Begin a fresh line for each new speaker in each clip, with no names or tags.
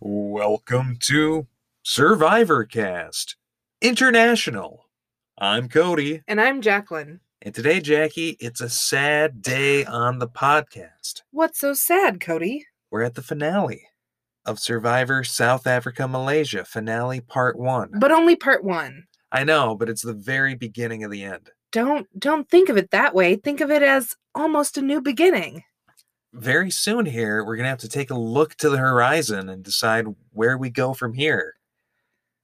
Welcome to Survivor Cast International. I'm Cody,
And I'm Jacqueline.
and today, Jackie, it's a sad day on the podcast.
What's so sad, Cody?
We're at the finale of Survivor South Africa Malaysia, finale part one.
But only part one.
I know, but it's the very beginning of the end.
Don't don't think of it that way. Think of it as almost a new beginning.
Very soon, here, we're going to have to take a look to the horizon and decide where we go from here.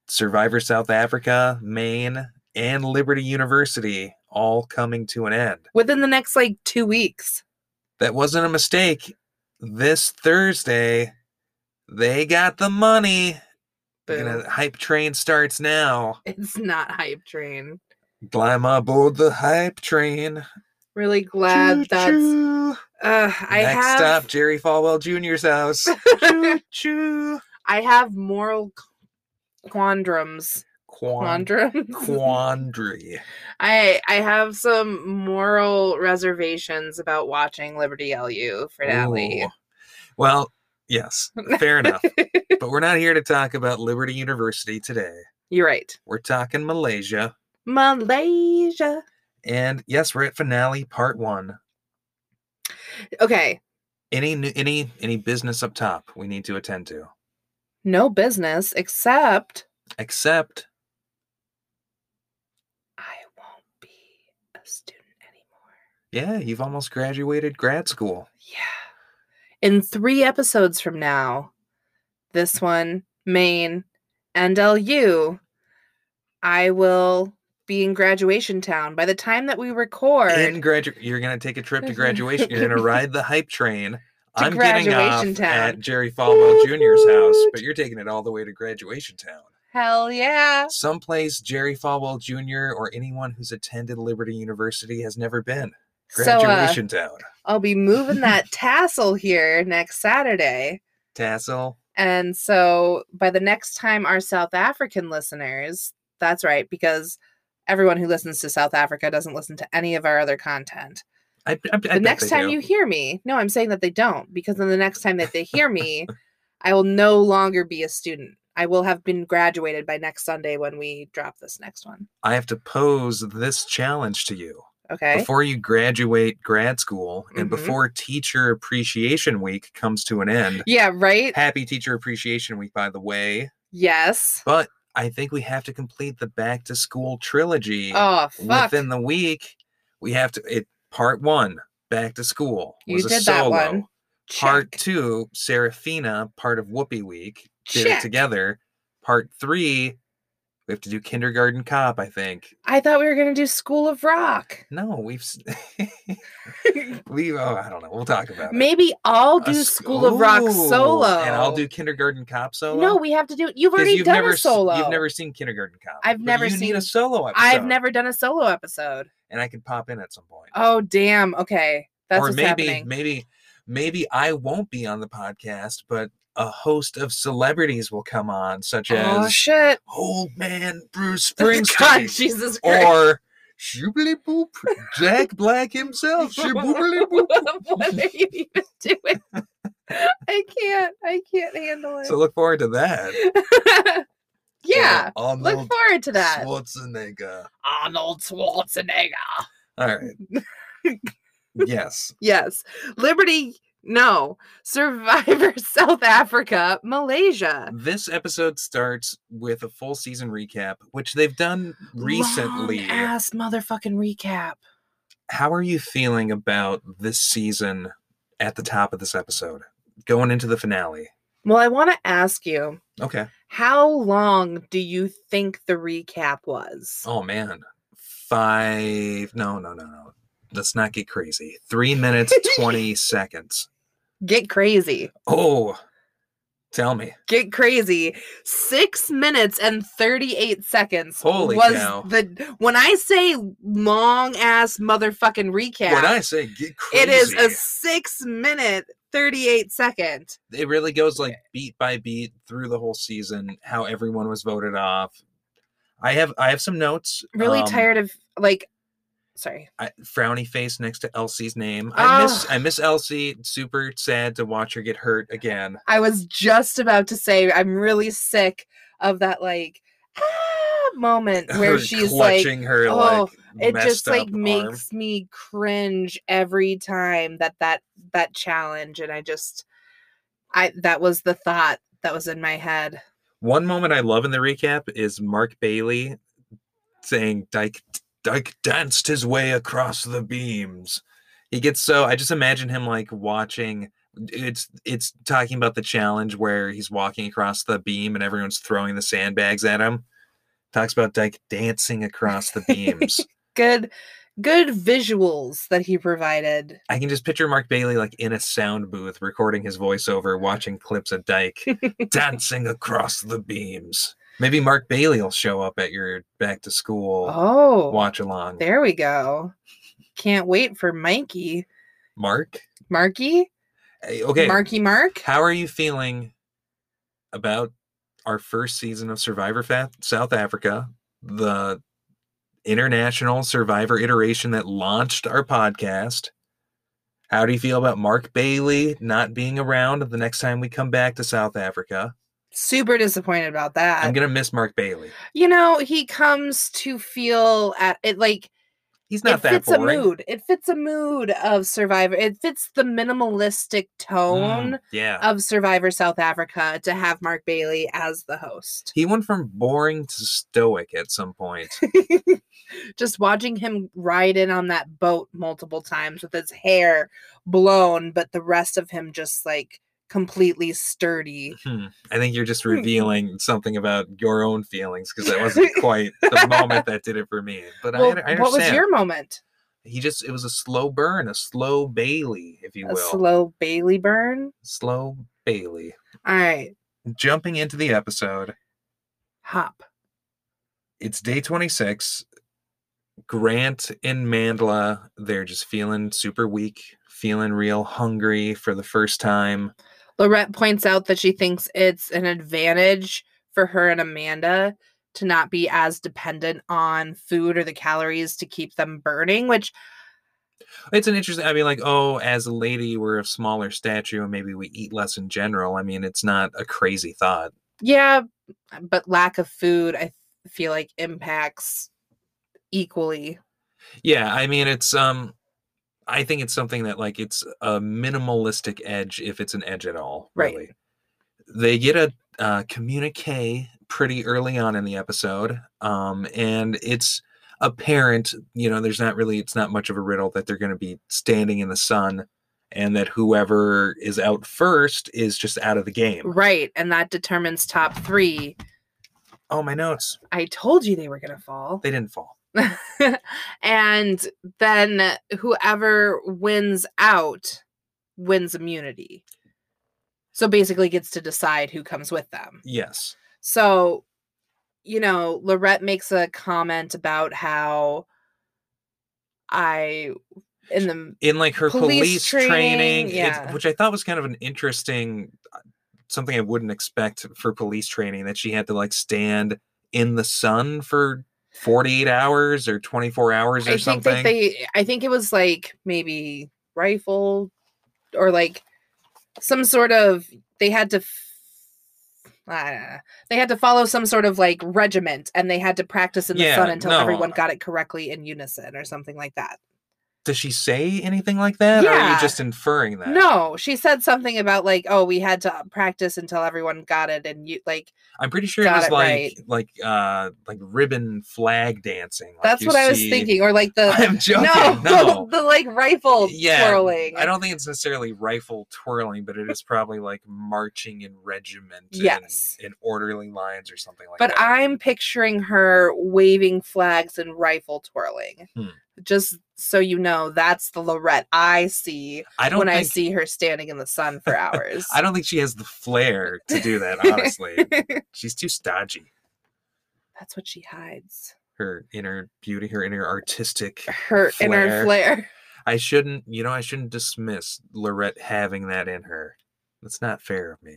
Survivor South Africa, Maine, and Liberty University all coming to an end.
Within the next like two weeks.
that wasn't a mistake. This Thursday, they got the money.
Boom.
And a hype train starts now.
It's not hype train.
Climb aboard the hype train.
Really glad that's
Choo-choo.
uh I
Next
have
stop, Jerry Falwell Jr.'s house. choo choo.
I have moral qu- quandrums.
Quand-
Quandrums.
quandary.
I I have some moral reservations about watching Liberty LU finale.
Ooh. Well, yes, fair enough. But we're not here to talk about Liberty University today.
You're right.
We're talking Malaysia.
Malaysia.
And yes, we're at finale part one.
Okay.
any new, any any business up top we need to attend to
no business except
except
I won't be a student anymore.
yeah you've almost graduated grad school
Yeah. In three episodes from now, this one, Maine, and LU, I will be in graduation town. By the time that we record,
in gradu- you're gonna take a trip to graduation you're gonna ride the hype train i'm getting off
graduation
at
town.
jerry falwell
Woot
jr's house
woot.
but you're taking it all the way to graduation town
hell yeah.
someplace jerry falwell jr or anyone who's attended liberty university has never been
So uh,
graduation town
I'll be moving that tassel here next Saturday.
tassel
And so by the next time our South African listeners, that's right, because everyone who listens to South Africa doesn't listen to any of our other content.
I, I, I
the
bet
next
they
time
do.
you hear me, no, I'm saying that they don't, because then the next time that they hear me, I will no longer be a student. I will have been graduated by next Sunday when we drop this next one.
i have to pose this challenge to you
Okay.
before you graduate grad school and
Mhm.
before teacher appreciation week comes to an end
yeah, right?
happy teacher appreciation week by the way
Yes.
but i think we have to complete the back to school trilogy
Oh, fuck.
within the week we have to it part one back to school
You
was a
did that
solo
one.
part
Check.
two serafina part of whoopi week did it
Check.
together part three we have to do kindergarten cop i think
I thought we were going to do School of Rock.
no we've s- we oh i don't know we'll talk about it
Maybe I'll
A
do
sc-
School of Rock
Ooh,
solo.
and I'll do Kindergarten Cop solo.
No, we have to do. You've
'Cause
already
you've
done
never,
a
s-
solo.
You've never seen Kindergarten Cop.
I've
but
never
you need a
seen-
solo episode.
I've never done a solo episode.
and I could pop in at some point.
Oh damn. Okay, that's
or
what's
maybe,
happening.
maybe, maybe I won't be on the podcast, but a host of celebrities will come on, such
oh
as
shit.
Old Man Bruce
God,
Springsteen,
Jesus Christ.
or Shoobly Boop Jack Black himself. Shoobly Boop.
what are you even doing? I can't. I can't handle it.
So look forward to that. Or
yeah.
Arnold
Look forward to that.
Schwarzenegger.
Arnold Schwarzenegger.
All right. yes.
Yes. Liberty. No. Survivor South Africa, Malaysia.
This episode starts with a full season recap, which they've done recently.
ass motherfucking recap.
How are you feeling about this season at the top of this episode? Going into the finale.
Well, I want to ask you,
Okay.
how long do you think the recap was?
Oh man. Five no no no no. Let's not get crazy. Three minutes twenty seconds.
Get crazy.
Oh tell me.
Get crazy. 6 minutes and 38 seconds
Holy
was
cow.
the when I say long ass motherfucking recap,
When I say get crazy
it is a 6 minute 38 second.
it really goes like beat by beat through the whole season how everyone was voted off i have i have some notes
Really
um,
tired of like Sorry.
I, frowny face next to Elsie's name. I miss
Ah.
I miss Elsie. It's Super sad to watch her get hurt again.
I was just about to say I'm really sick of that like ah moment where
Her
she's like
clutching her
"Oh,
like
it
messed
just like
up arm.
makes me cringe every time that that that challenge and I just I that was the thought that was in my head.
One moment I love in the recap is Mark Bailey saying Dyke Dyke danced his way across the beams. He gets so I just imagine him like watching it's it's talking about the challenge where he's walking across the beam and everyone's throwing the sandbags at him. Talks about Dyke dancing across the beams.
Good good visuals that he provided.
I can just picture Mark Bailey like in a sound booth recording his voiceover, watching clips of Dyke dancing across the beams. Maybe Mark Bailey will show up at your back to school
Oh.
watch along.
There we go. Can't wait for Mikey.
Mark?
Marky?
Hey, Okay.
Marky Mark?
How are you feeling about our first season of Survivor Fa- South Africa, the international Survivor iteration that launched our podcast? How do you feel about Mark Bailey not being around the next time we come back to South Africa?
Super disappointed about that.
I'm gonna miss Mark Bailey.
you know, he comes to feel at it like
He's not
it
that
fits
boring.
a mood. It fits a mood of Survivor. It fits the minimalistic tone
Mm, yeah,
of Survivor South Africa to have Mark Bailey as the host.
he went from boring to stoic at some point.
Just watching him ride in on that boat multiple times with his hair blown, but the rest of him just like completely sturdy.
Hmm. I think you're just
Mm-hmm.
revealing something about your own feelings because that wasn't quite the moment that did it for me. But I,
Well,
under- I understand.
what was your moment?
He just it was a slow burn, a slow Bailey, if you
A
will,
slow Bailey burn.
slow Bailey.
All right,
Jumping into the episode,
hop.
it's day 26. Grant and Mandla, they're just feeling super weak, feeling real hungry for the first time.
Lorette points out that she thinks it's an advantage for her and Amanda to not be as dependent on food or the calories to keep them burning, which
It's an interesting. I mean, like, oh, as a lady, we're of smaller stature, and maybe we eat less in general. I mean, it's not a crazy thought.
yeah, but lack of food I feel like impacts equally.
Yeah, I mean it's um I think it's something that like it's a minimalistic edge if it's an edge at all,
Right.
really. They get a uh communique pretty early on in the episode. Um and it's apparent, you know, there's not really it's not much of a riddle that they're gonna be standing in the sun and that whoever is out first is just out of the game.
Right, and that determines top 3.
Oh my notes.
I told you they were going to fall.
They didn't fall.
and then whoever wins out wins immunity. So basically gets to decide who comes with them.
Yes.
So, you know, Lorette makes a comment about how I in the
in like her police,
Police
training,
training,
it's-
yeah.
which I thought was kind of an interesting uh, something I wouldn't expect for police training that she had to like stand in the sun for 48 hours or 24 hours or
I think
something.
that they I think it was like maybe rifle or like some sort of they had to f- I don't know. they had to follow some sort of like regiment and they had to practice in the sun
Yeah,
until
no,
everyone got it correctly in unison or something like that.
Does she say anything like that? Or are you
Yeah.
just inferring that?
No, she said something about like oh we had to practice until everyone got it and you like
I'm pretty sure it
Got
was
it
like
right.
like uh like ribbon flag dancing. like
that's
you
what I was
see-
thinking or like the
I'm joking.
no,
no.
the like rifle
Yeah,
twirling.
I don't think it's necessarily rifle twirling, but it is probably like marching in regiment,
Yes.
in, in orderly lines or something like
but
that.
I'm picturing her waving flags and rifle twirling.
Hmm.
Just so you know, that's the Lorette I see
I don't
when
think,
I see her standing in the sun for hours.
I don't think she has the flair to do that. Honestly, she's too stodgy.
that's what she hides.
Her inner beauty, her inner artistic.
Her
Flair.
inner flair.
I shouldn't, you know, I shouldn't dismiss Lorette having that in her. That's not fair of me.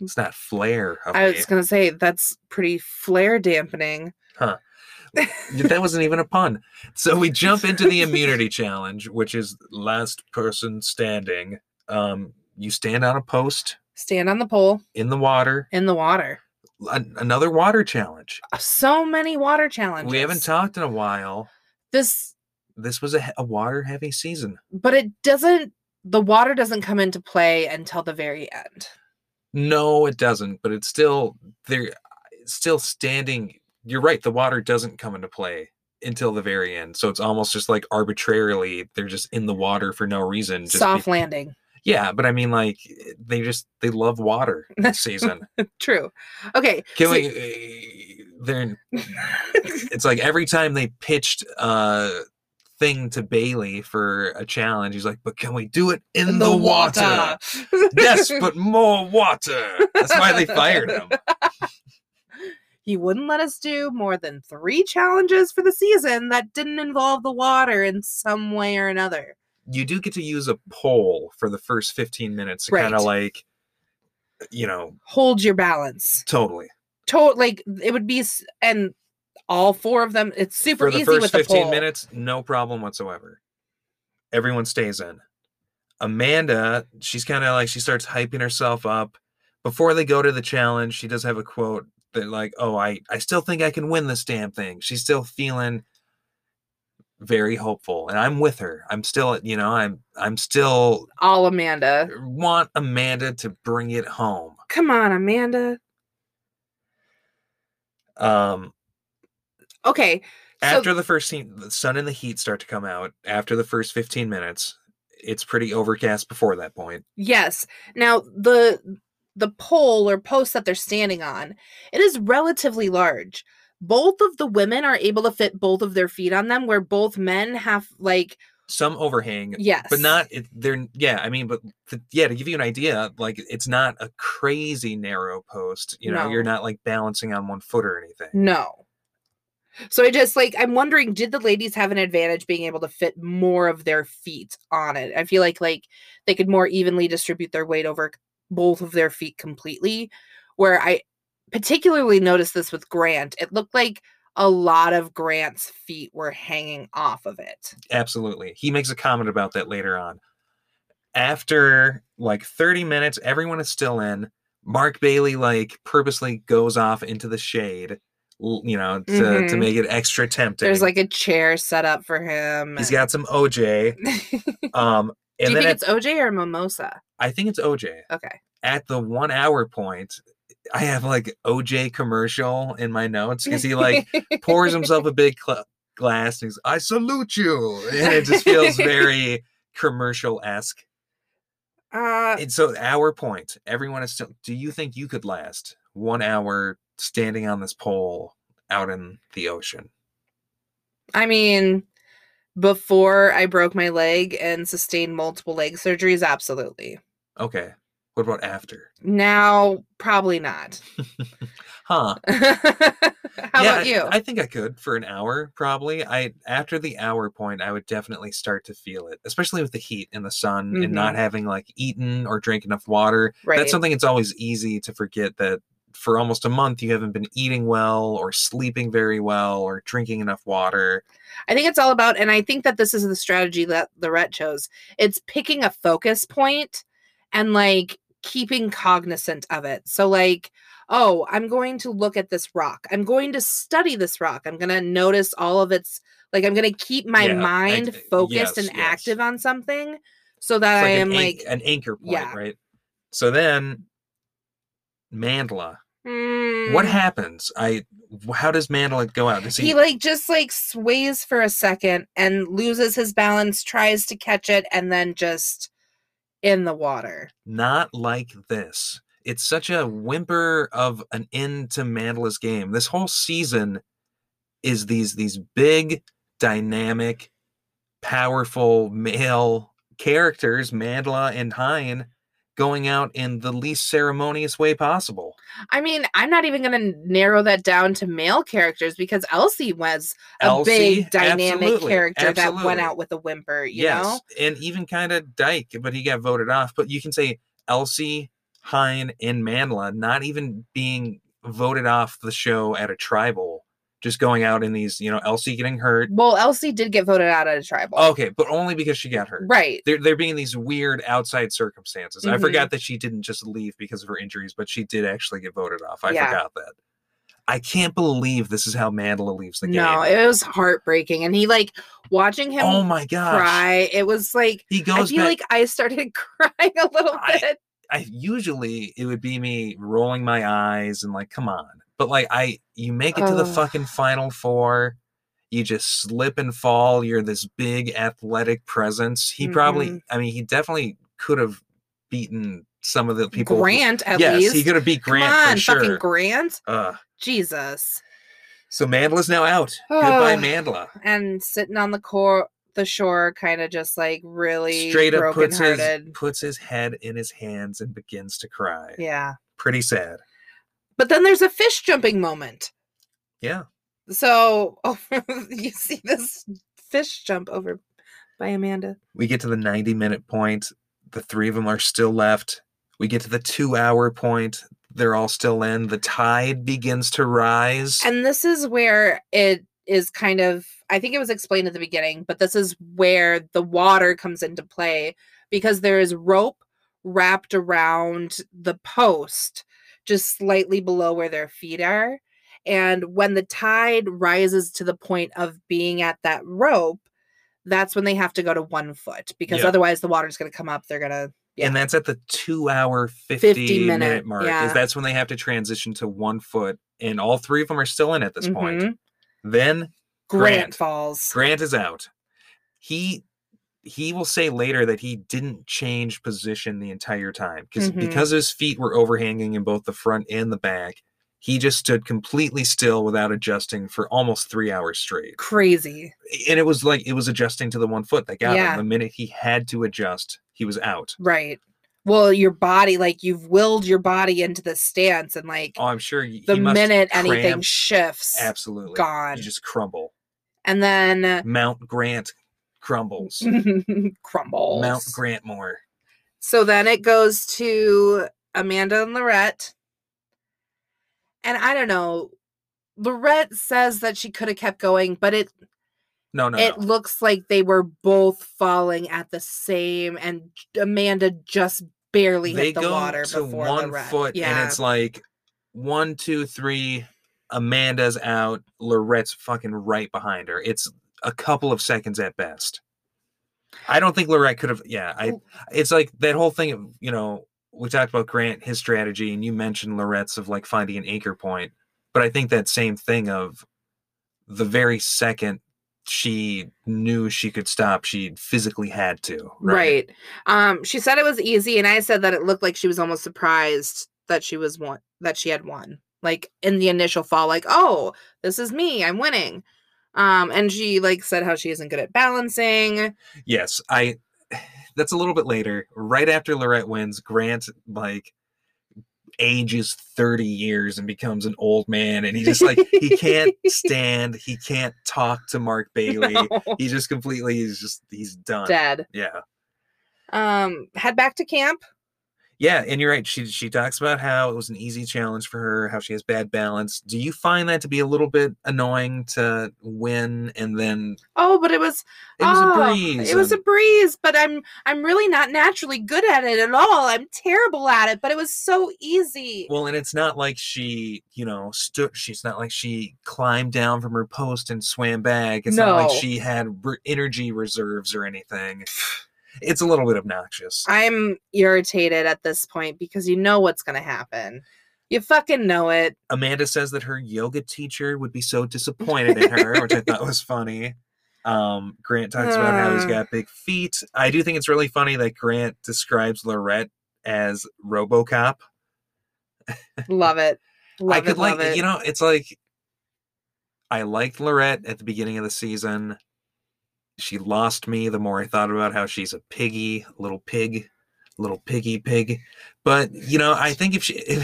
It's not flair of
I
me.
was gonna say that's pretty flare dampening.
that wasn't even a pun. So we jump into the immunity challenge, which is last person standing. Um, you stand on a post
Stand on the pole
in the water.
in the water.
An- another water challenge.
So many water challenges.
We haven't talked in a while.
this,
This was a, he- a water heavy season.
but it doesn't. The water doesn't come into play until the very end.
No, it doesn't, but it's still there it's still standing. You're right, the water doesn't come into play until the very end. So it's almost just like arbitrarily they're just in the water for no reason. Just be-
Soft landing.
yeah, but I mean like they just they love water this season.
True. Okay. so-
Killing uh, they're in- it's like every time they pitched uh thing to Bailey for a challenge, he's like, "But can we do it in, the, water? yes, but more water." That's why they fired him.
he wouldn't let us do more than three challenges for the season that didn't involve the water in some way or another.
you do get to use a poll for the first 15 minutes to kind of like you know
Hold your balance.
totally
To- like it would be, s- and all four of them. It's super
for the
easy
first
with the
15
poll.
minutes no problem whatsoever everyone stays in amanda she's kind of like she starts hyping herself up before they go to the challenge she does have a quote that like oh i i still think i can win this damn thing she's still feeling very hopeful and i'm with her i'm still you know i'm i'm still uh,
All Amanda.
want amanda to bring it home
Come on, Amanda.
um
Okay. So-
after the first scene, the sun and the heat start to come out after the first 15 minutes it's pretty overcast before that point
Yes. Now the the pole or post that they're standing on, it is relatively large. Both of the women are able to fit both of their feet on them, where both men have like
some overhang
yes,
but not it, they're yeah i mean but to, yeah to give you an idea like it's not a crazy narrow post you know you're
No. Mm.
not like balancing on one foot or anything
no. So I just like I'm wondering, did the ladies have an advantage being able to fit more of their feet on it? I feel like like they could more evenly distribute their weight over both of their feet completely. Where I particularly noticed this with Grant, it looked like a lot of Grant's feet were hanging off of it.
absolutely he makes a comment about that later on after like 30 minutes everyone is still in mark bailey like purposely goes off into the shade l- you know to, to
Mhm.
make it extra tempting
There's like a chair set up for him.
He's
and-
got some OJ. Um,
Do
and then
you think
at-
it's OJ or Mimosa?
I think it's OJ.
Okay.
At the one hour point, I have like OJ commercial in my notes because he like pours himself a big cl- glass and he's, I salute you. And it just feels very commercial esque.
uh,
And so, hour point, everyone is still, do you think you could last one hour standing on this pole out in the ocean?
I mean, before I broke my leg and sustained multiple leg surgeries, absolutely.
Okay. What about after?
Now, probably not.
Huh.
How
Yeah, I-
about you?
I think I could for an hour, probably. I after the hour point, I would definitely start to feel it, especially with the heat and the sun and not having like eaten or drank enough water.
Mm-hmm. right.
That's something it's always easy to forget that for almost a month you haven't been eating well or sleeping very well or drinking enough water.
I think it's all about, and I think that this is the strategy that Lorette chose. It's picking a focus point and like keeping cognizant of it. So, like, oh, I'm going to look at this rock. I'm going to study this rock. I'm going to notice all of its, like, I'm going to keep my
Yeah, act-
mind
yes,
focused and
yes.
active on something so that
It's
I am
an,
like,
anch- an anchor point,
yeah.
right? So then Mandla. What
"Hmm."
happens? I wh- how does Mandla go out? Does
he like just like sways for a second and loses his balance, tries to catch it, and then just in the water.
not like this. It's such a whimper of an end to Mandela's game. This whole season is these these big, dynamic, powerful male characters, Mandela and Hine, going out in the least ceremonious way possible.
I mean, I'm not even going to narrow that down to male characters because Elsie was a big dynamic
absolutely,
character that went
absolutely.
out with a whimper, you know?
and even kind of Dyke, but he got voted off. But you can say Elsie, Hine, and Manla not even being voted off the show at a tribal just going out in these, you know, Elsie getting hurt.
Well, Elsie did get voted out at a tribal.
Okay, but only because she got hurt.
Right.
They're, they're being these weird outside circumstances. I
Mhm.
forgot that she didn't just leave because of her injuries, but she did actually get voted off. I
Yeah.
forgot that. I can't believe this is how Mandela leaves the
No,
game.
it was heartbreaking. And he like watching him
oh my gosh.
cry, it was like
He
I
goes
feel
back.
like I started crying a little
I-
bit.
I usually it would be me rolling my eyes and like, come on. But like I you make it to the
Ugh.
fucking final four, you just slip and fall. You're this big athletic presence. He probably
Mhm.
I mean, he definitely could have beaten some of the people. who-
Grant at
yes,
least.
he could have beat Grant
Come on,
for sure.
fucking Grant.
Ugh.
Jesus.
so Mandela's now out. Goodbye,
Ugh.
Mandela.
And sitting on the core the shore kind of just like really
Straight up puts his,
brokenhearted.
puts his head in his hands and begins to cry.
Yeah.
Pretty sad.
But then there's a fish jumping moment.
Yeah.
So oh, you see this fish jump over by Amanda.
We get to the 90 minute point. The three of them are still left. We get to the two hour point. They're all still in. The tide begins to rise.
And this is where it is kind of, I think it was explained at the beginning, but this is where the water comes into play because there is rope wrapped around the post just slightly below where their feet are. And when the tide rises to the point of being at that rope, that's when they have to go to one foot because
Yeah.
otherwise the water's going to come up. They're going to, yeah.
And that's at the two hour, 50, minute,
minute,
mark.
yeah.
Is that's when they have to transition to one foot. And all three of them are still in at this point.
Mhm.
Then
Grant,
Grant.
falls.
Grant is out. He he will say later that he didn't change position the entire time because
Mhm.
because his feet were overhanging in both the front and the back. He just stood completely still without adjusting for almost three hours straight,
Crazy.
and it was like it was adjusting to the one foot that got
Yeah.
him. The minute he had to adjust, he was out.
Right. Well, your body, like you've willed your body into the stance, and like
Oh, I'm sure y-
the
he must
minute anything
cramp-
shifts,
absolutely
gone.
You just crumble.
and then
Mount Grant crumbles.
crumbles.
Mount Grantmore.
So then it goes to Amanda and Lorette. And I don't know. Lorette says that she could have kept going, but it
No, no,
it
no.
looks like they were both falling at the same, and Amanda just barely hit the water before
one
Lorette.
foot
yeah.
and it's like one two three amanda's out lorette's fucking right behind her it's a couple of seconds at best i don't think lorette could have yeah i
Well-
it's like that whole thing of you know we talked about grant his strategy and you mentioned lorette's of like finding an anchor point but i think that same thing of the very second she knew she could stop she physically had to right,
Right. Um, she said it was easy, and I said that it looked like she was almost surprised that she was one that she had won. Like in the initial fall, like, oh, this is me, I'm winning. Um, and she like said how she isn't good at balancing.
Yes, I. That's a little bit later, right after Lorette wins. Grant like ages thirty years and becomes an old man, and he just like he can't stand. He can't talk to Mark Bailey.
No.
He just completely. He's just. He's done.
Dead.
Yeah,
Um, head back to camp.
yeah, and you're right. She she talks about how it was an easy challenge for her, how she has bad balance. Do you find that to be a little bit annoying to win and then
Oh, but it was
it was
oh,
a breeze?
It was a
and-
breeze, but I'm I'm really not naturally good at it at all. I'm terrible at it, but it was so easy.
Well, and it's not like she, you know, stood. She's not like she climbed down from her post and swam back. It's not like
No.
she had re- energy reserves or anything. It's a little bit obnoxious.
I'm irritated at this point because you know what's going to happen. You fucking know it.
Amanda says that her yoga teacher would be so disappointed in her, which I thought was funny. Um, Grant talks about how he's
Uh.
got big feet. I do think it's really funny that Grant describes Lorette as RoboCop.
Love it. Love
I could
it.
like
love it.
you know, it's like I liked Lorette at the beginning of the season. She lost me the more I thought about how she's a piggy, little pig, little piggy pig. But you know, I think if she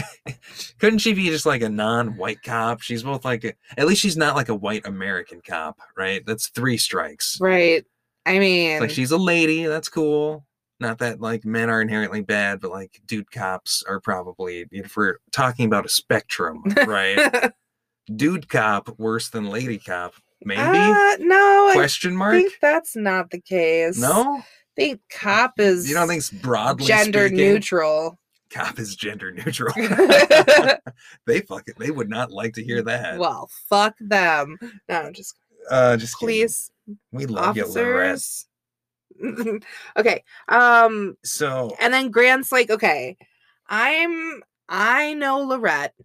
couldn't she be just like a non-white cop? She's both like a, at least she's not like a white American cop, right? That's three strikes.
right. I mean,
It's like she's a lady, that's cool. Not that like men are inherently bad, but like dude cops are probably if we're talking about a spectrum, right? dude cop worse than lady cop? Maybe?
Uh, no,
Question
I
mark?
think that's not the case.
No?
I think cop is
You don't think it's broadly
gender
speaking,
neutral.
cop is gender neutral? they fucking they would not like to hear that.
well, fuck them. No, I'm just
uh, just kidding.
police
We love you, little rats.
officers. okay. Um
So
And then Grant's like, okay, I'm I know Lorette.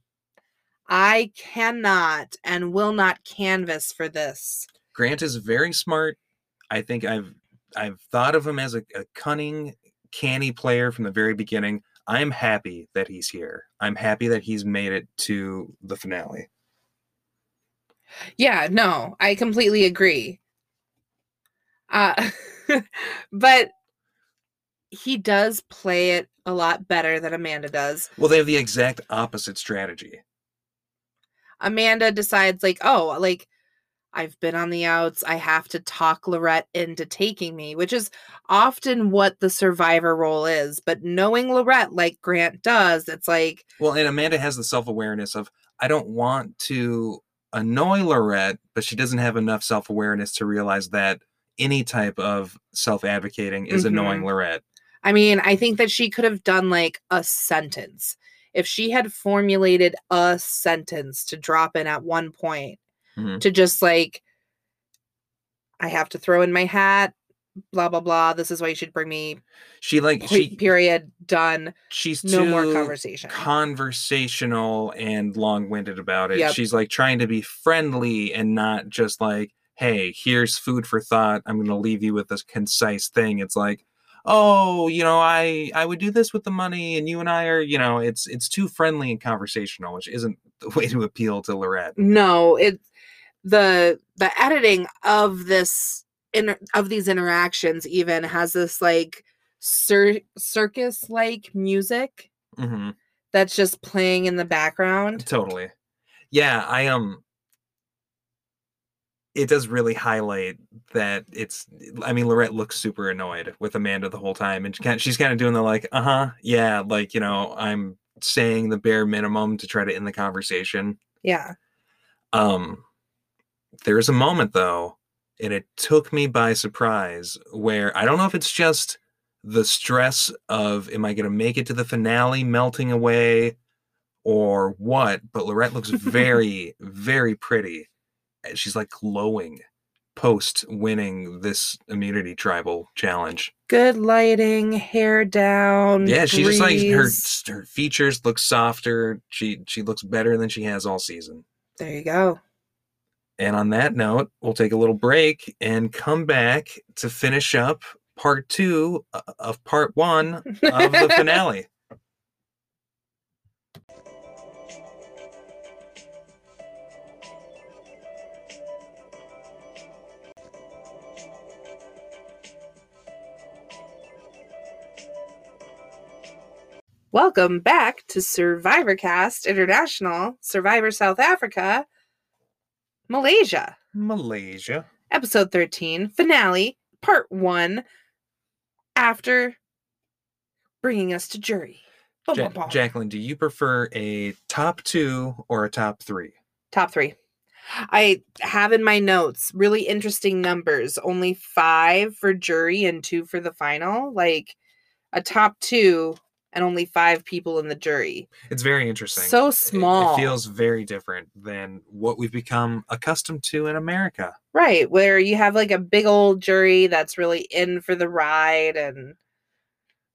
I cannot and will not canvas for this.
Grant is very smart. I think I've I've thought of him as a, a cunning, canny player from the very beginning. I'm happy that he's here. I'm happy that he's made it to the finale.
Yeah, no, I completely agree. Uh but he does play it a lot better than Amanda does.
Well, they have the exact opposite strategy.
Amanda decides like, "Oh, like I've been on the outs. I have to talk Lorette into taking me, which is often what the survivor role is. But knowing Lorette like Grant does, it's like,
Well, and Amanda has the self awareness of I don't want to annoy Lorette, but she doesn't have enough self awareness to realize that any type of self advocating is
Mm-hmm.
annoying Lorette.
I mean, I think that she could have done like a sentence. If she had formulated a sentence to drop in at one point,
Mhm.
to just like, I have to throw in my hat, blah, blah, blah. This is why you should bring me,
She like
point,
she
period, done.
she's
No more
too
conversation.
conversational and long-winded about it.
Yep.
She's like trying to be friendly and not just like, "Hey, here's food for thought. I'm going to leave you with this concise thing." It's like, "Oh, you know, I I would do this with the money and you and I are, you know, it's it's too friendly and conversational, which isn't the way to appeal to Lorette."
no it the the editing of this inter- of these interactions even has this like cir- circus like music
Mhm.
that's just playing in the background
Totally. Yeah, I Um, it does really highlight that it's. I mean, Lorette looks super annoyed with Amanda the whole time, and she kind she's kind of doing the like, uh huh, yeah, like you know, I'm saying the bare minimum to try to end the conversation.
yeah
Um, there is a moment though, and it took me by surprise where I don't know if it's just the stress of am I going to make it to the finale melting away or what, but Lorette looks very, very pretty. and She's like glowing post winning this immunity tribal challenge.
good lighting hair down
Yeah, she just like her
breeze.
her features look softer. She she looks better than she has all season.
there you go
And on that note, we'll take a little break and come back to finish up part two o- of part one of the finale.
welcome back to survivor cast international survivor south africa malaysia
Malaysia.
episode 13 finale part 1 after bringing us to jury Bum,
Ja-
bum, bum.
Jacqueline, do you prefer a top two or a top three?
top 3 i have in my notes really interesting numbers only 5 for jury and 2 for the final like a top 2 and only 5 people in the jury
It's very interesting. It-
so small
It, feels very different than what we've become accustomed to in America.
right where you have like a big old jury that's really in for the ride and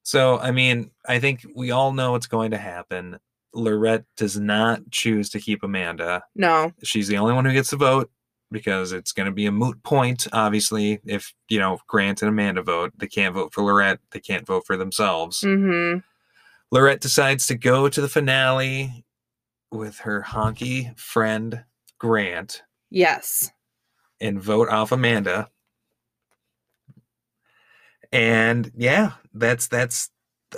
So, I mean, I think we all know what's going to happen. Lorette does not choose to keep Amanda.
no
she's the only one who gets the vote because it's going to be a moot point obviously if you know grant and amanda vote they can't vote for lorette they can't vote for themselves
mhm
lorette decides to go to the finale with her honky friend grant
yes
and vote off amanda and yeah that's that's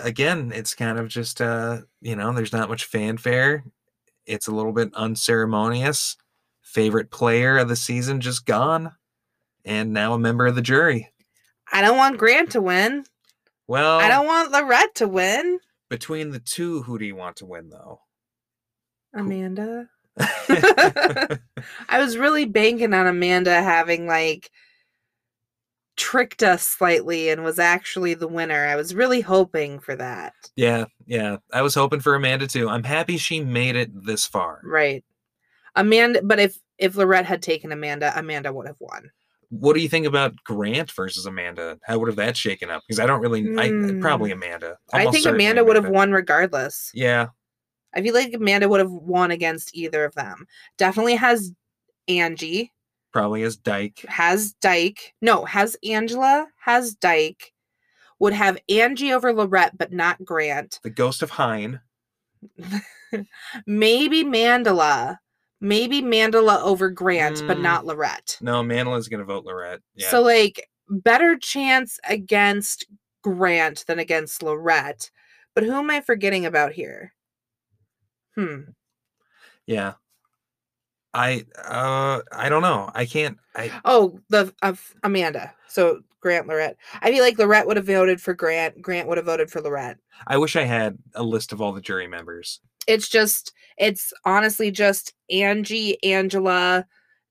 again it's kind of just uh you know there's not much fanfare it's a little bit unceremonious favorite player of the season just gone and now a member of the jury
i don't want grant to win
well
I don't want Lorette to win.
between the two who do you want to win though
Amanda. I was really banking on Amanda having like tricked us slightly and was actually the winner. I was really hoping for that.
yeah, yeah. I was hoping for Amanda too. I'm happy she made it this far.
Right. Amanda but if if Lorette had taken Amanda, Amanda would have won.
What do you think about Grant versus Amanda? How would have that shaken up? Because I don't really. I
Hmm.
probably Amanda.
I
Almost
think
certainly
Amanda would have won regardless.
Yeah,
I feel like Amanda would have won against either of them. Definitely has Angie,
probably as Dyke.
has Dyke. No, has Angela, has Dyke. Would have Angie over Lorette, but not Grant.
The ghost of Hein.
Maybe Mandela. Maybe Mandela over Grant, but
Mm.
not Lorette.
No, Mandela's gonna vote Lorette. Yeah.
So like better chance against Grant than against Lorette. But who am I forgetting about here? Hmm.
yeah. I uh I don't know. I can't I
Oh, the of Amanda. So Grant Lorette. I feel like Lorette would have voted for Grant. Grant would have voted for Lorette.
I wish I had a list of all the jury members.
It's just it's honestly just Angie, Angela,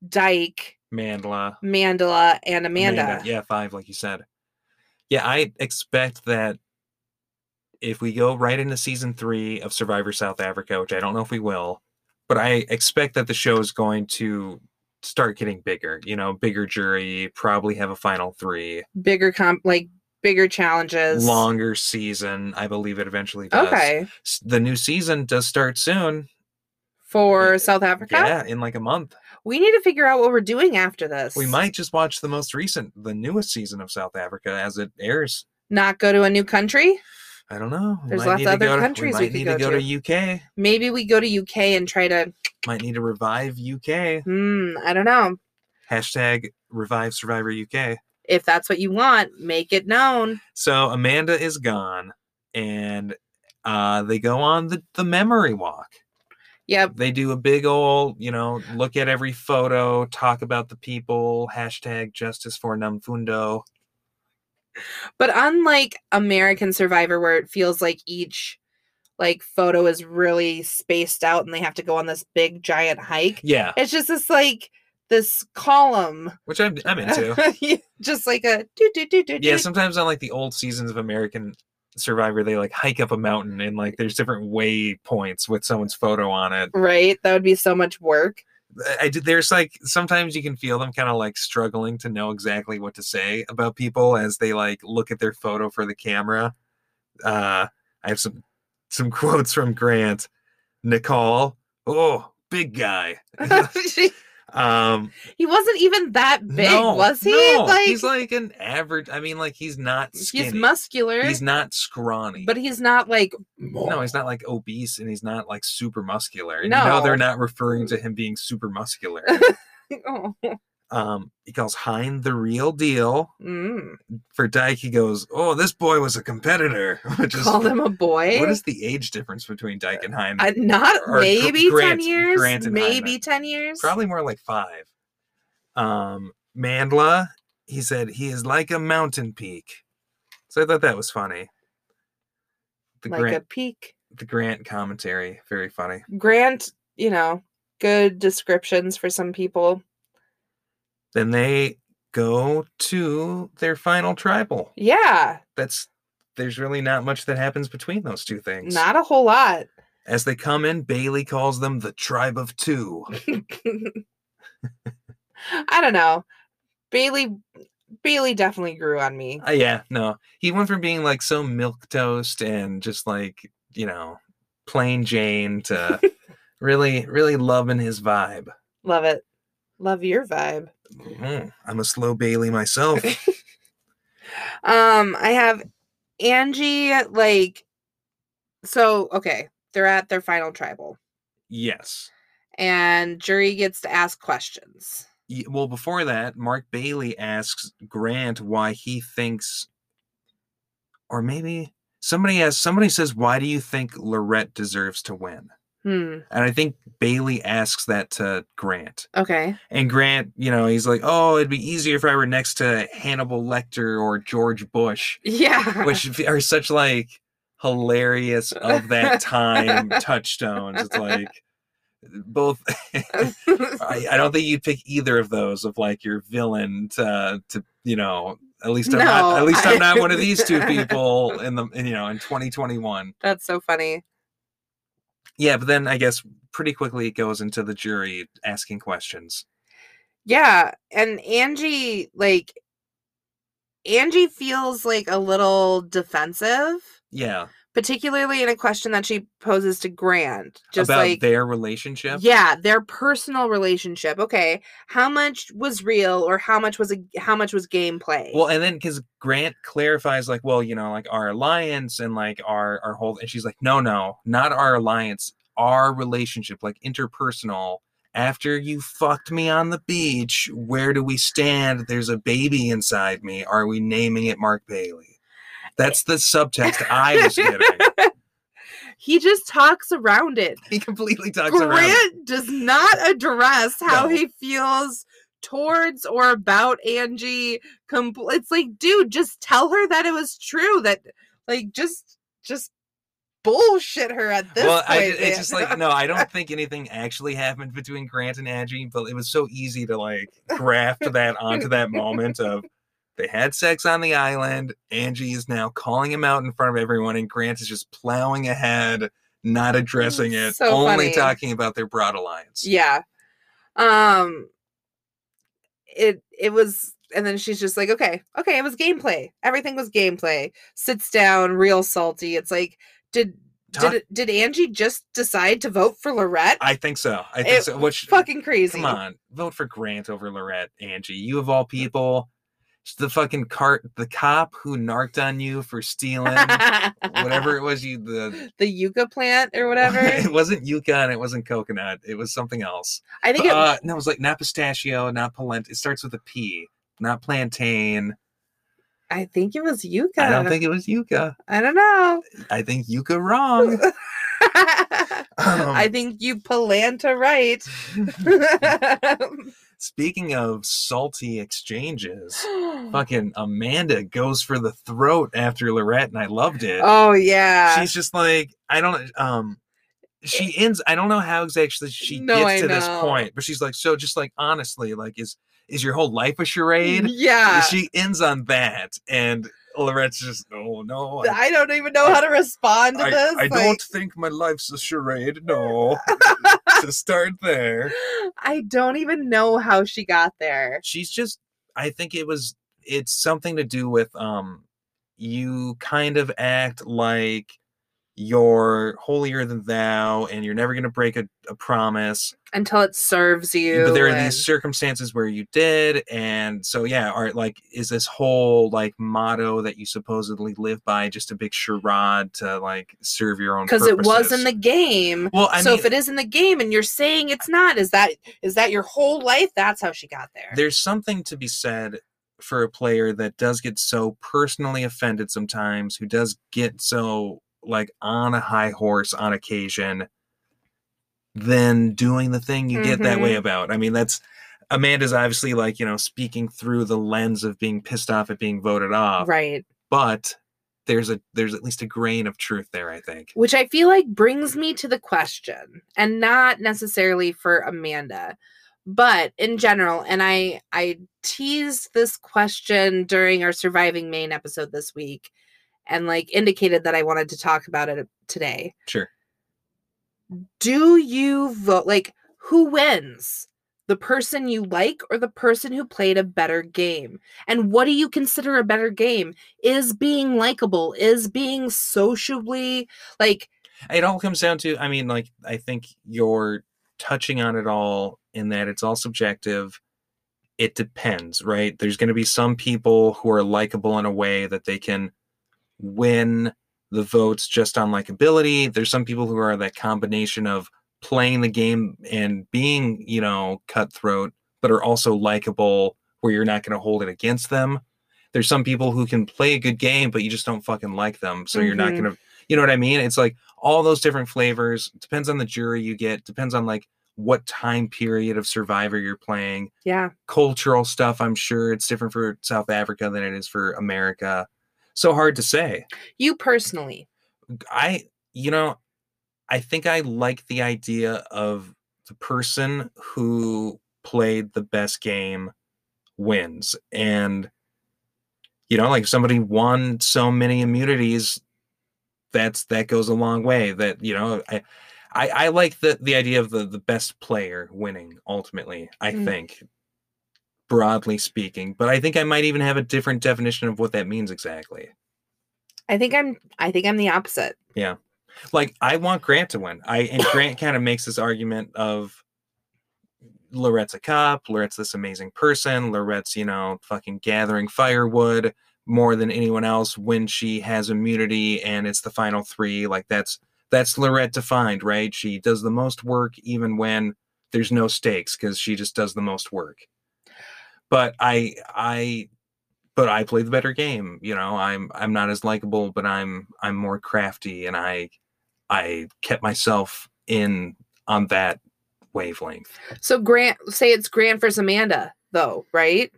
Dyke,
Mandela,
Mandela, and Amanda.
Yeah, five, like you said. Yeah, I expect that if we go right into season three of Survivor South Africa, which I don't know if we will, but I expect that the show is going to start getting bigger, you know, bigger jury, probably have a final three,
Bigger comp like bigger challenges.
longer season. I believe it eventually does.
Okay.
S- The new season does start soon.
For
Uh,
South Africa?
Yeah, in like a month.
We need to figure out what we're doing after this.
We might just watch the most recent, the newest season of South Africa as it airs.
not go to a new country.
I don't know. We
There's
might
lots
need
of
to
other
go to-
countries
we
we
might
could
need
go
to go to. UK.
Maybe we go to UK and try to.
Might need to revive UK.
Hmm. I don't know
Hashtag revive Survivor UK.
if that's what you want. Make it known.
So Amanda is gone, and uh, they go on the, the memory walk.
Yep.
They do a big old, you know, look at every photo, talk about the people. Hashtag justice for Namfundo.
But unlike American Survivor, where it feels like each like photo is really spaced out and they have to go on this big giant hike,
Yeah,
it's just this like this column.
which I'm I'm into.
Yeah, just like a do do do do.
yeah
do.
sometimes on like the old seasons of american survivor they like hike up a mountain and like there's different waypoints with someone's photo on it
Right. That would be so much work.
i did there's like sometimes you can feel them kind of like struggling to know exactly what to say about people as they like look at their photo for the camera uh i have some some quotes from grant nicole oh big guy um
he wasn't even that big,
no,
was he?
no,
like,
he's like an average i mean like he's not skinny
he's muscular,
he's not scrawny
but he's not like
No, he's not like obese and he's not like super muscular. And you know they're
No.
not referring to him being super muscular.
Oh,
um, he calls Hein the real deal.
mm.
For Dyke, he goes, Oh, this boy was a competitor. Which is
called him a boy.
what is the age difference between Dyke and Hein?
I- not
or Gr-
maybe ten
Grant-
years,
Grant and
maybe
Hyman.
ten years.
Probably more like five. Um, Mandla, he said, he is like a mountain peak. So I thought that was funny. The
like
Grant
a peak.
the Grant commentary, very funny.
Grant, you know, good descriptions for some people.
then they go to their final tribal.
Yeah,
That's there's really not much that happens between those two things.
not a whole lot.
As they come in, Bailey calls them the tribe of two.
I don't know. Bailey, Bailey definitely grew on me.
Uh, yeah, no. He went from being like so milk toast and just like, you know, plain Jane to really, really loving his vibe.
Love it. Love your vibe.
Mm, I'm a slow Bailey myself.
Um, I have Angie like so okay, they're at their final tribal
yes.
and jury gets to ask questions.
Ye- well before that mark bailey asks grant why he thinks or maybe somebody asks somebody says why do you think lorette deserves to win
Hmm.
and i think bailey asks that to grant
Okay.
and grant you know he's like oh it'd be easier if i were next to hannibal lecter or george bush
Yeah.
which f- are such like hilarious of that time touchstones it's like both I, I don't think you'd pick either of those of like your villain to to you know at least I'm
No,
not at least I'm
I-
not one of these two people in the in, you know in 2021.
That's so funny.
Yeah, but then I guess pretty quickly it goes into the jury asking questions.
Yeah, and Angie like Angie feels like a little defensive,
Yeah,
particularly in a question that she poses to Grant. Just
about
like
their relationship.
yeah, their personal relationship. Okay, how much was real or how much was a how much was gameplay?
Well, and then because Grant clarifies, like, well, you know, like our alliance and like our our whole, and she's like, no, no, not our alliance, our relationship, like interpersonal. After you fucked me on the beach, where do we stand? There's a baby inside me. Are we naming it Mark Bailey? That's the subtext I was getting.
he just talks around it.
He completely talks around. it.
Grant does not address how
No.
he feels towards or about Angie. Compl- it's like, dude, just tell her that it was true. That like just just bullshit her at this
well,
point.
I, ju- it's
man.
just like no, I don't think anything actually happened between Grant and Angie, but it was so easy to like graft that onto that moment of they had sex on the island. Angie is now calling him out in front of everyone, and Grant is just plowing ahead, not addressing it,
so
only
funny.
talking about their broad alliance.
yeah. Um. It it was. And then she's just like, okay, okay, it was gameplay. Everything was gameplay. Sits down, real salty. It's like, did
Talk-
did did Angie just decide to vote for Lorette?
I think so. I think
It-
so. Which
fucking crazy.
Come on, vote for Grant over Lorette, Angie. You of all people, the fucking cart, the cop who narked on you for stealing whatever it was you the
the yucca plant or whatever.
it wasn't yucca and it wasn't coconut. It was something else.
I think it,
uh, no, it was like not pistachio, not polenta. It starts with a P, not plantain.
I think it was yucca.
I don't think it was yucca.
I don't know.
I think yucca wrong.
I
Um,
think you polanta right.
Speaking of salty exchanges, fucking Amanda goes for the throat after Lorette, and I loved it.
oh yeah.
She's just like, I don't, um, she ends, I don't know how exactly she
eh No,
gets
I
to this
know.
point, but she's like, so just like, honestly, like, is, is your whole life a charade?
yeah.
she ends on that, and Lorette's just, oh no, I,
I don't even know how to respond to
I,
this.
I
like-
don't think my life's a charade. No, to start there,
I don't even know how she got there.
she's just. I think it was. It's something to do with um, you kind of act like you're holier than thou, and you're never gonna break a, a promise.
Until it serves you.
but there are
and-
these circumstances where you did and so yeah are like is this whole like motto that you supposedly live by just a big charade to like serve your own
because it was in the
purposes?
game.
well i
so
mean
if it is in the game and you're saying it's not, is that is that your whole life? That's how she got there.
there's something to be said for a player that does get so personally offended sometimes who does get so like on a high horse on occasion than doing the thing you get that way about i mean that's amanda's obviously like you know speaking through the lens of being pissed off at being voted off
right.
but there's a there's at least a grain of truth there i think
Which I feel like brings me to the question, and not necessarily for Amanda, but in general, and I I teased this question during our surviving main episode this week and like indicated that I wanted to talk about it today.
sure
do you vote like who wins the person you like or the person who played a better game and what do you consider a better game is being likable is being sociably like
it all comes down to i mean like i think you're touching on it all in that it's all subjective it depends right there's going to be some people who are likable in a way that they can win the votes just on likability there's some people who are that combination of playing the game and being you know cutthroat but are also likable where you're not going to hold it against them there's some people who can play a good game but you just don't fucking like them so you're not
Mhm.
going to you know what i mean it's like all those different flavors depends on the jury you get depends on like what time period of survivor you're playing
yeah
cultural stuff i'm sure it's different for south africa than it is for america so hard to say
you personally
I, you know, I think I like the idea of the person who played the best game wins. And, you know, like if somebody won so many immunities, that's that goes a long way. That, you know, I I, I like the, the idea of the, the best player winning ultimately, I
Mm.
think, broadly speaking. But I think I might even have a different definition of what that means exactly.
I think I'm I think I'm the opposite.
like I want Grant to win. I and Grant kind of makes this argument of Lorette's a cop, Lorette's this amazing person, Lorette's, you know, fucking gathering firewood more than anyone else when she has immunity and it's the final three. Like that's that's Lorette defined, right? She does the most work even when there's no stakes because she just does the most work. But I I but I play the better game, you know. I'm I'm not as likable, but I'm I'm more crafty and I I kept myself in on that wavelength.
So Grant say it's Grant versus Amanda though, right?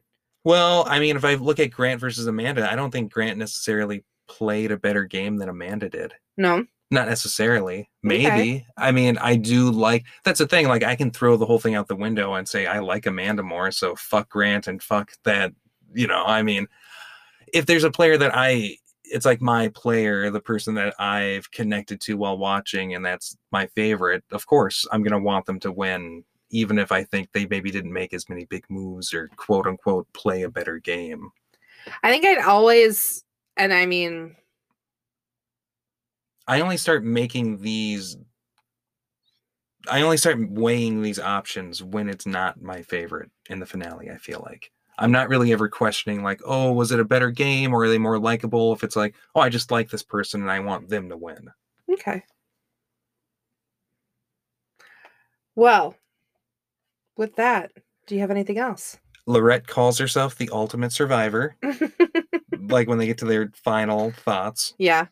Well, I mean, if I look at Grant versus Amanda, I don't think Grant necessarily played a better game than Amanda did.
No.
Not necessarily.
Okay.
Maybe. I mean, I do like that's the thing. Like, I can throw the whole thing out the window and say I like Amanda more, so fuck Grant and fuck that. You know, I mean, if there's a player that I, it's like my player, the person that I've connected to while watching, and that's my favorite. Of course, I'm gonna want them to win, even if I think they maybe didn't make as many big moves or quote unquote play a better game.
I think I'd always and I mean
I only start making these. I only start weighing these options when it's not my favorite in the finale. I feel like I'm not really ever questioning like, oh, was it a better game or are they more likable? If it's like, oh, I just like this person and I want them to win.
Okay. Well, with that, do you have anything else?
Lorette calls herself the ultimate survivor. like when they get to their final thoughts,
yeah,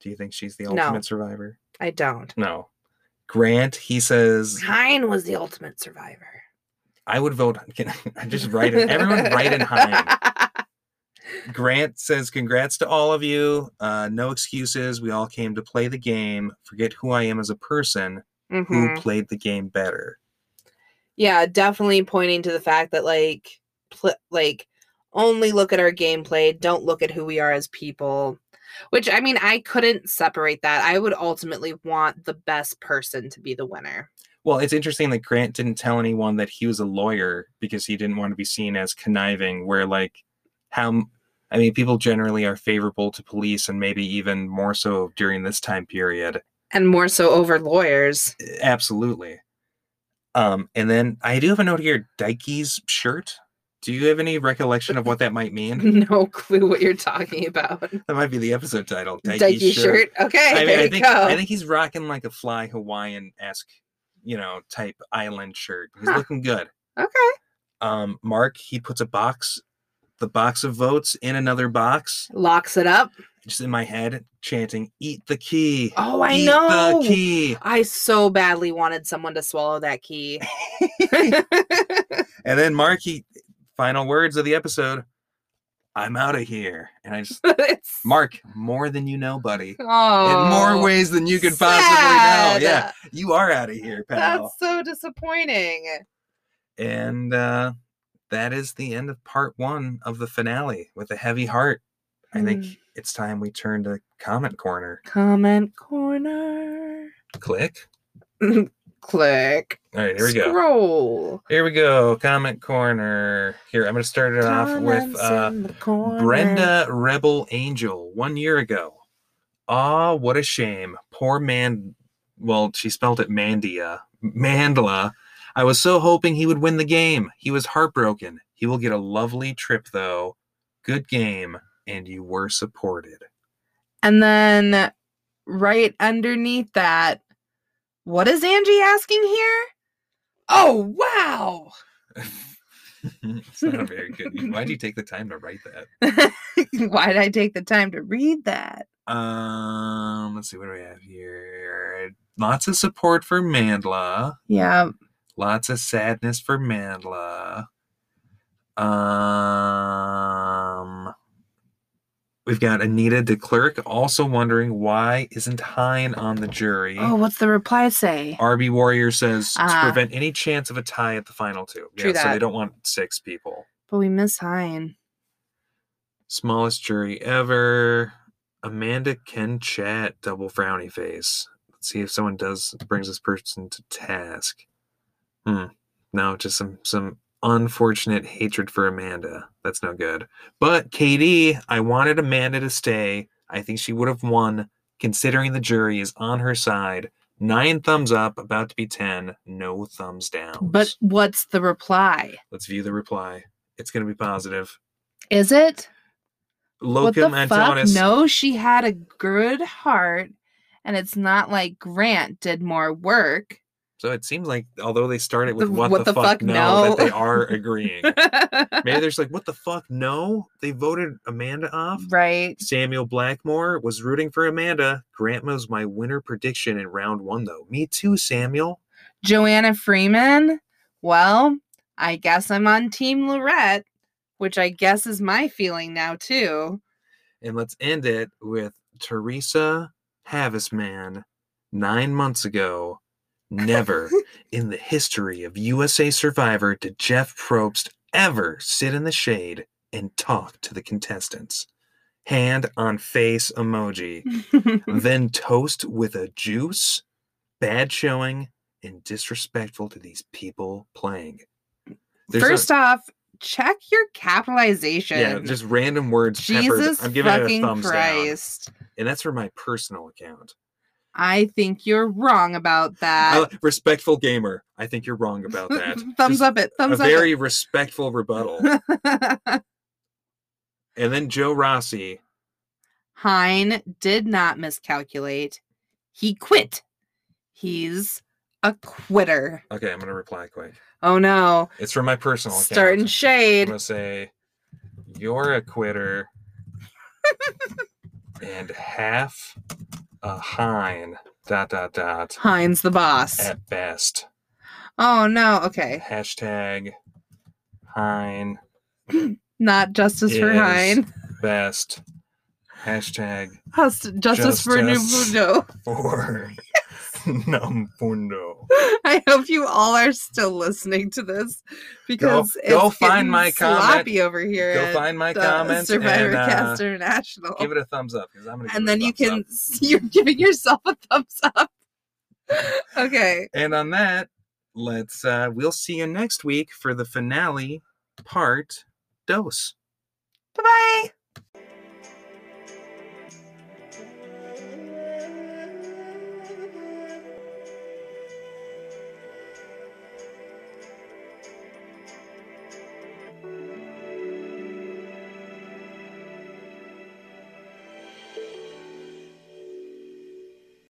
do you think she's the
No.
ultimate survivor?
I don't.
No. Grant, he says,
Hein was the ultimate survivor.
I would vote. Can I just write it? Everyone write in Hein. Grant says, Congrats to all of you. Uh, no excuses. We all came to play the game. Forget who I am as a person.
Mhm.
Who played the game better?
Yeah, definitely pointing to the fact that like pl- like only look at our gameplay, don't look at who we are as people. Which I mean, I couldn't separate that. I would ultimately want the best person to be the winner.
Well, it's interesting that Grant didn't tell anyone that he was a lawyer because he didn't want to be seen as conniving, where, like, how. m- I mean, people generally are favorable to police and maybe even more so during this time period.
And more so over lawyers.
Absolutely. Um, and then I do have a note here, Dikey's shirt. Do you have any recollection of what that might mean?
No clue what you're talking about.
That might be the episode title. Dikey's
Dikey shirt. Okay,
I mean,
there
I
you
think
go.
I think he's rocking like a fly Hawaiian esque, you know, type island shirt. He's
Huh.
looking good.
okay,
Um, Mark, he puts a box, the box of votes in another box,
locks it up.
just in my head, chanting, "Eat the key."
Oh, I
Eat
know.
the key.
I so badly wanted someone to swallow that key.
And then Mark, he final words of the episode. I'm out of here. And I just
It's-
Mark, more than you know, buddy.
oh,
in more ways than you could possibly know. Yeah.
sad.
You are out of here, pal.
that's so disappointing.
And uh that is the end of part one of the finale with a heavy heart. I think
Hmm.
it's time we turn to comment corner.
Comment corner.
Click.
Click.
All right, here we go.
Scroll.
Here we go. Comment corner. Here, I'm gonna start it off with
Comments
uh
in the corner.
Brenda Rebel Angel one year ago. Ah, what a shame. Poor man. Well, she spelled it Mandia. Mandla. I was so hoping he would win the game. He was heartbroken. He will get a lovely trip, though. Good game. And you were supported.
And then right underneath that, what is Angie asking here? Oh, wow.
it's not a very good. Why'd you take the time to write that?
Why did I take the time to read that?
Um, let's see. What do we have here? Lots of support for Mandla.
Yeah.
Lots of sadness for Mandla. Um, We've got Anita DeClerc also wondering why isn't Hine on the jury.
Oh, what's the reply say?
RB Warrior says
Ah.
to prevent any chance of a tie at the final two.
True
yeah, so
that.
they don't want six people.
But we miss Hine.
Smallest jury ever. Amanda can chat double frowny face. Let's see if someone does brings this person to task. Hmm. No, just some some unfortunate hatred for Amanda. That's no good. But KD, I wanted Amanda to stay. I think she would have won, considering the jury is on her side. Nine thumbs up, about to be ten. No thumbs down.
But what's the reply?
let's view the reply. It's gonna be positive.
Is it? What the
Locum
fuck?
Antonis.
No, she had a good heart, and it's not like Grant did more work.
So it seems like although they started with
The-
what, the, fuck, no, that they are agreeing. Maybe
right?
there's like what the fuck no? They voted Amanda off. Samuel Blackmore was rooting for Amanda. Grant was my winner prediction in round one though. Me too, Samuel.
Joanna Freeman. Well, I guess I'm on Team Lorette, which I guess is my feeling now too.
And let's end it with Teresa Havisman nine months ago. Never in the history of USA Survivor did Jeff Probst ever sit in the shade and talk to the contestants. Hand on face emoji, then toast with a juice. Bad showing and disrespectful to these people playing. There's a-
First off, check your capitalization.
yeah, just random words. peppered.
Jesus
I'm giving it a
fucking
thumbs down.
Christ.
and that's for my personal account.
I think you're wrong about
I
that.
li- respectful gamer, I think you're wrong about that.
Ah. thumbs
Just
up it. Thumbs
a
up.
very respectful rebuttal.
it.
and then Joe Rossi,
Hine did not miscalculate. He quit. He's a quitter.
okay, I'm gonna reply quick.
Oh no.
It's from my personal account.
Starting
I'm
shade.
gonna say, you're a quitter, and half a hind. Dot dot dot.
Hine's the boss.
At best.
Oh no. Okay.
Hashtag Hein
Not justice for
Is
Hine.
best. Hashtag
Hus- justice for New
justice.
Mundo.
for Nampundo.
I hope you all are still listening to this because it's
go find
getting
my comment.
sloppy over here.
Go
at
find my
the
comments
Survivor
and uh,
Cast International.
give it a thumbs up because I'm gonna. Give
and
it a
then you
thumbs
can
up.
see you're giving yourself a thumbs up. Okay.
And on that, let's. uh We'll see you next week for the finale, part dose.
Bye-bye.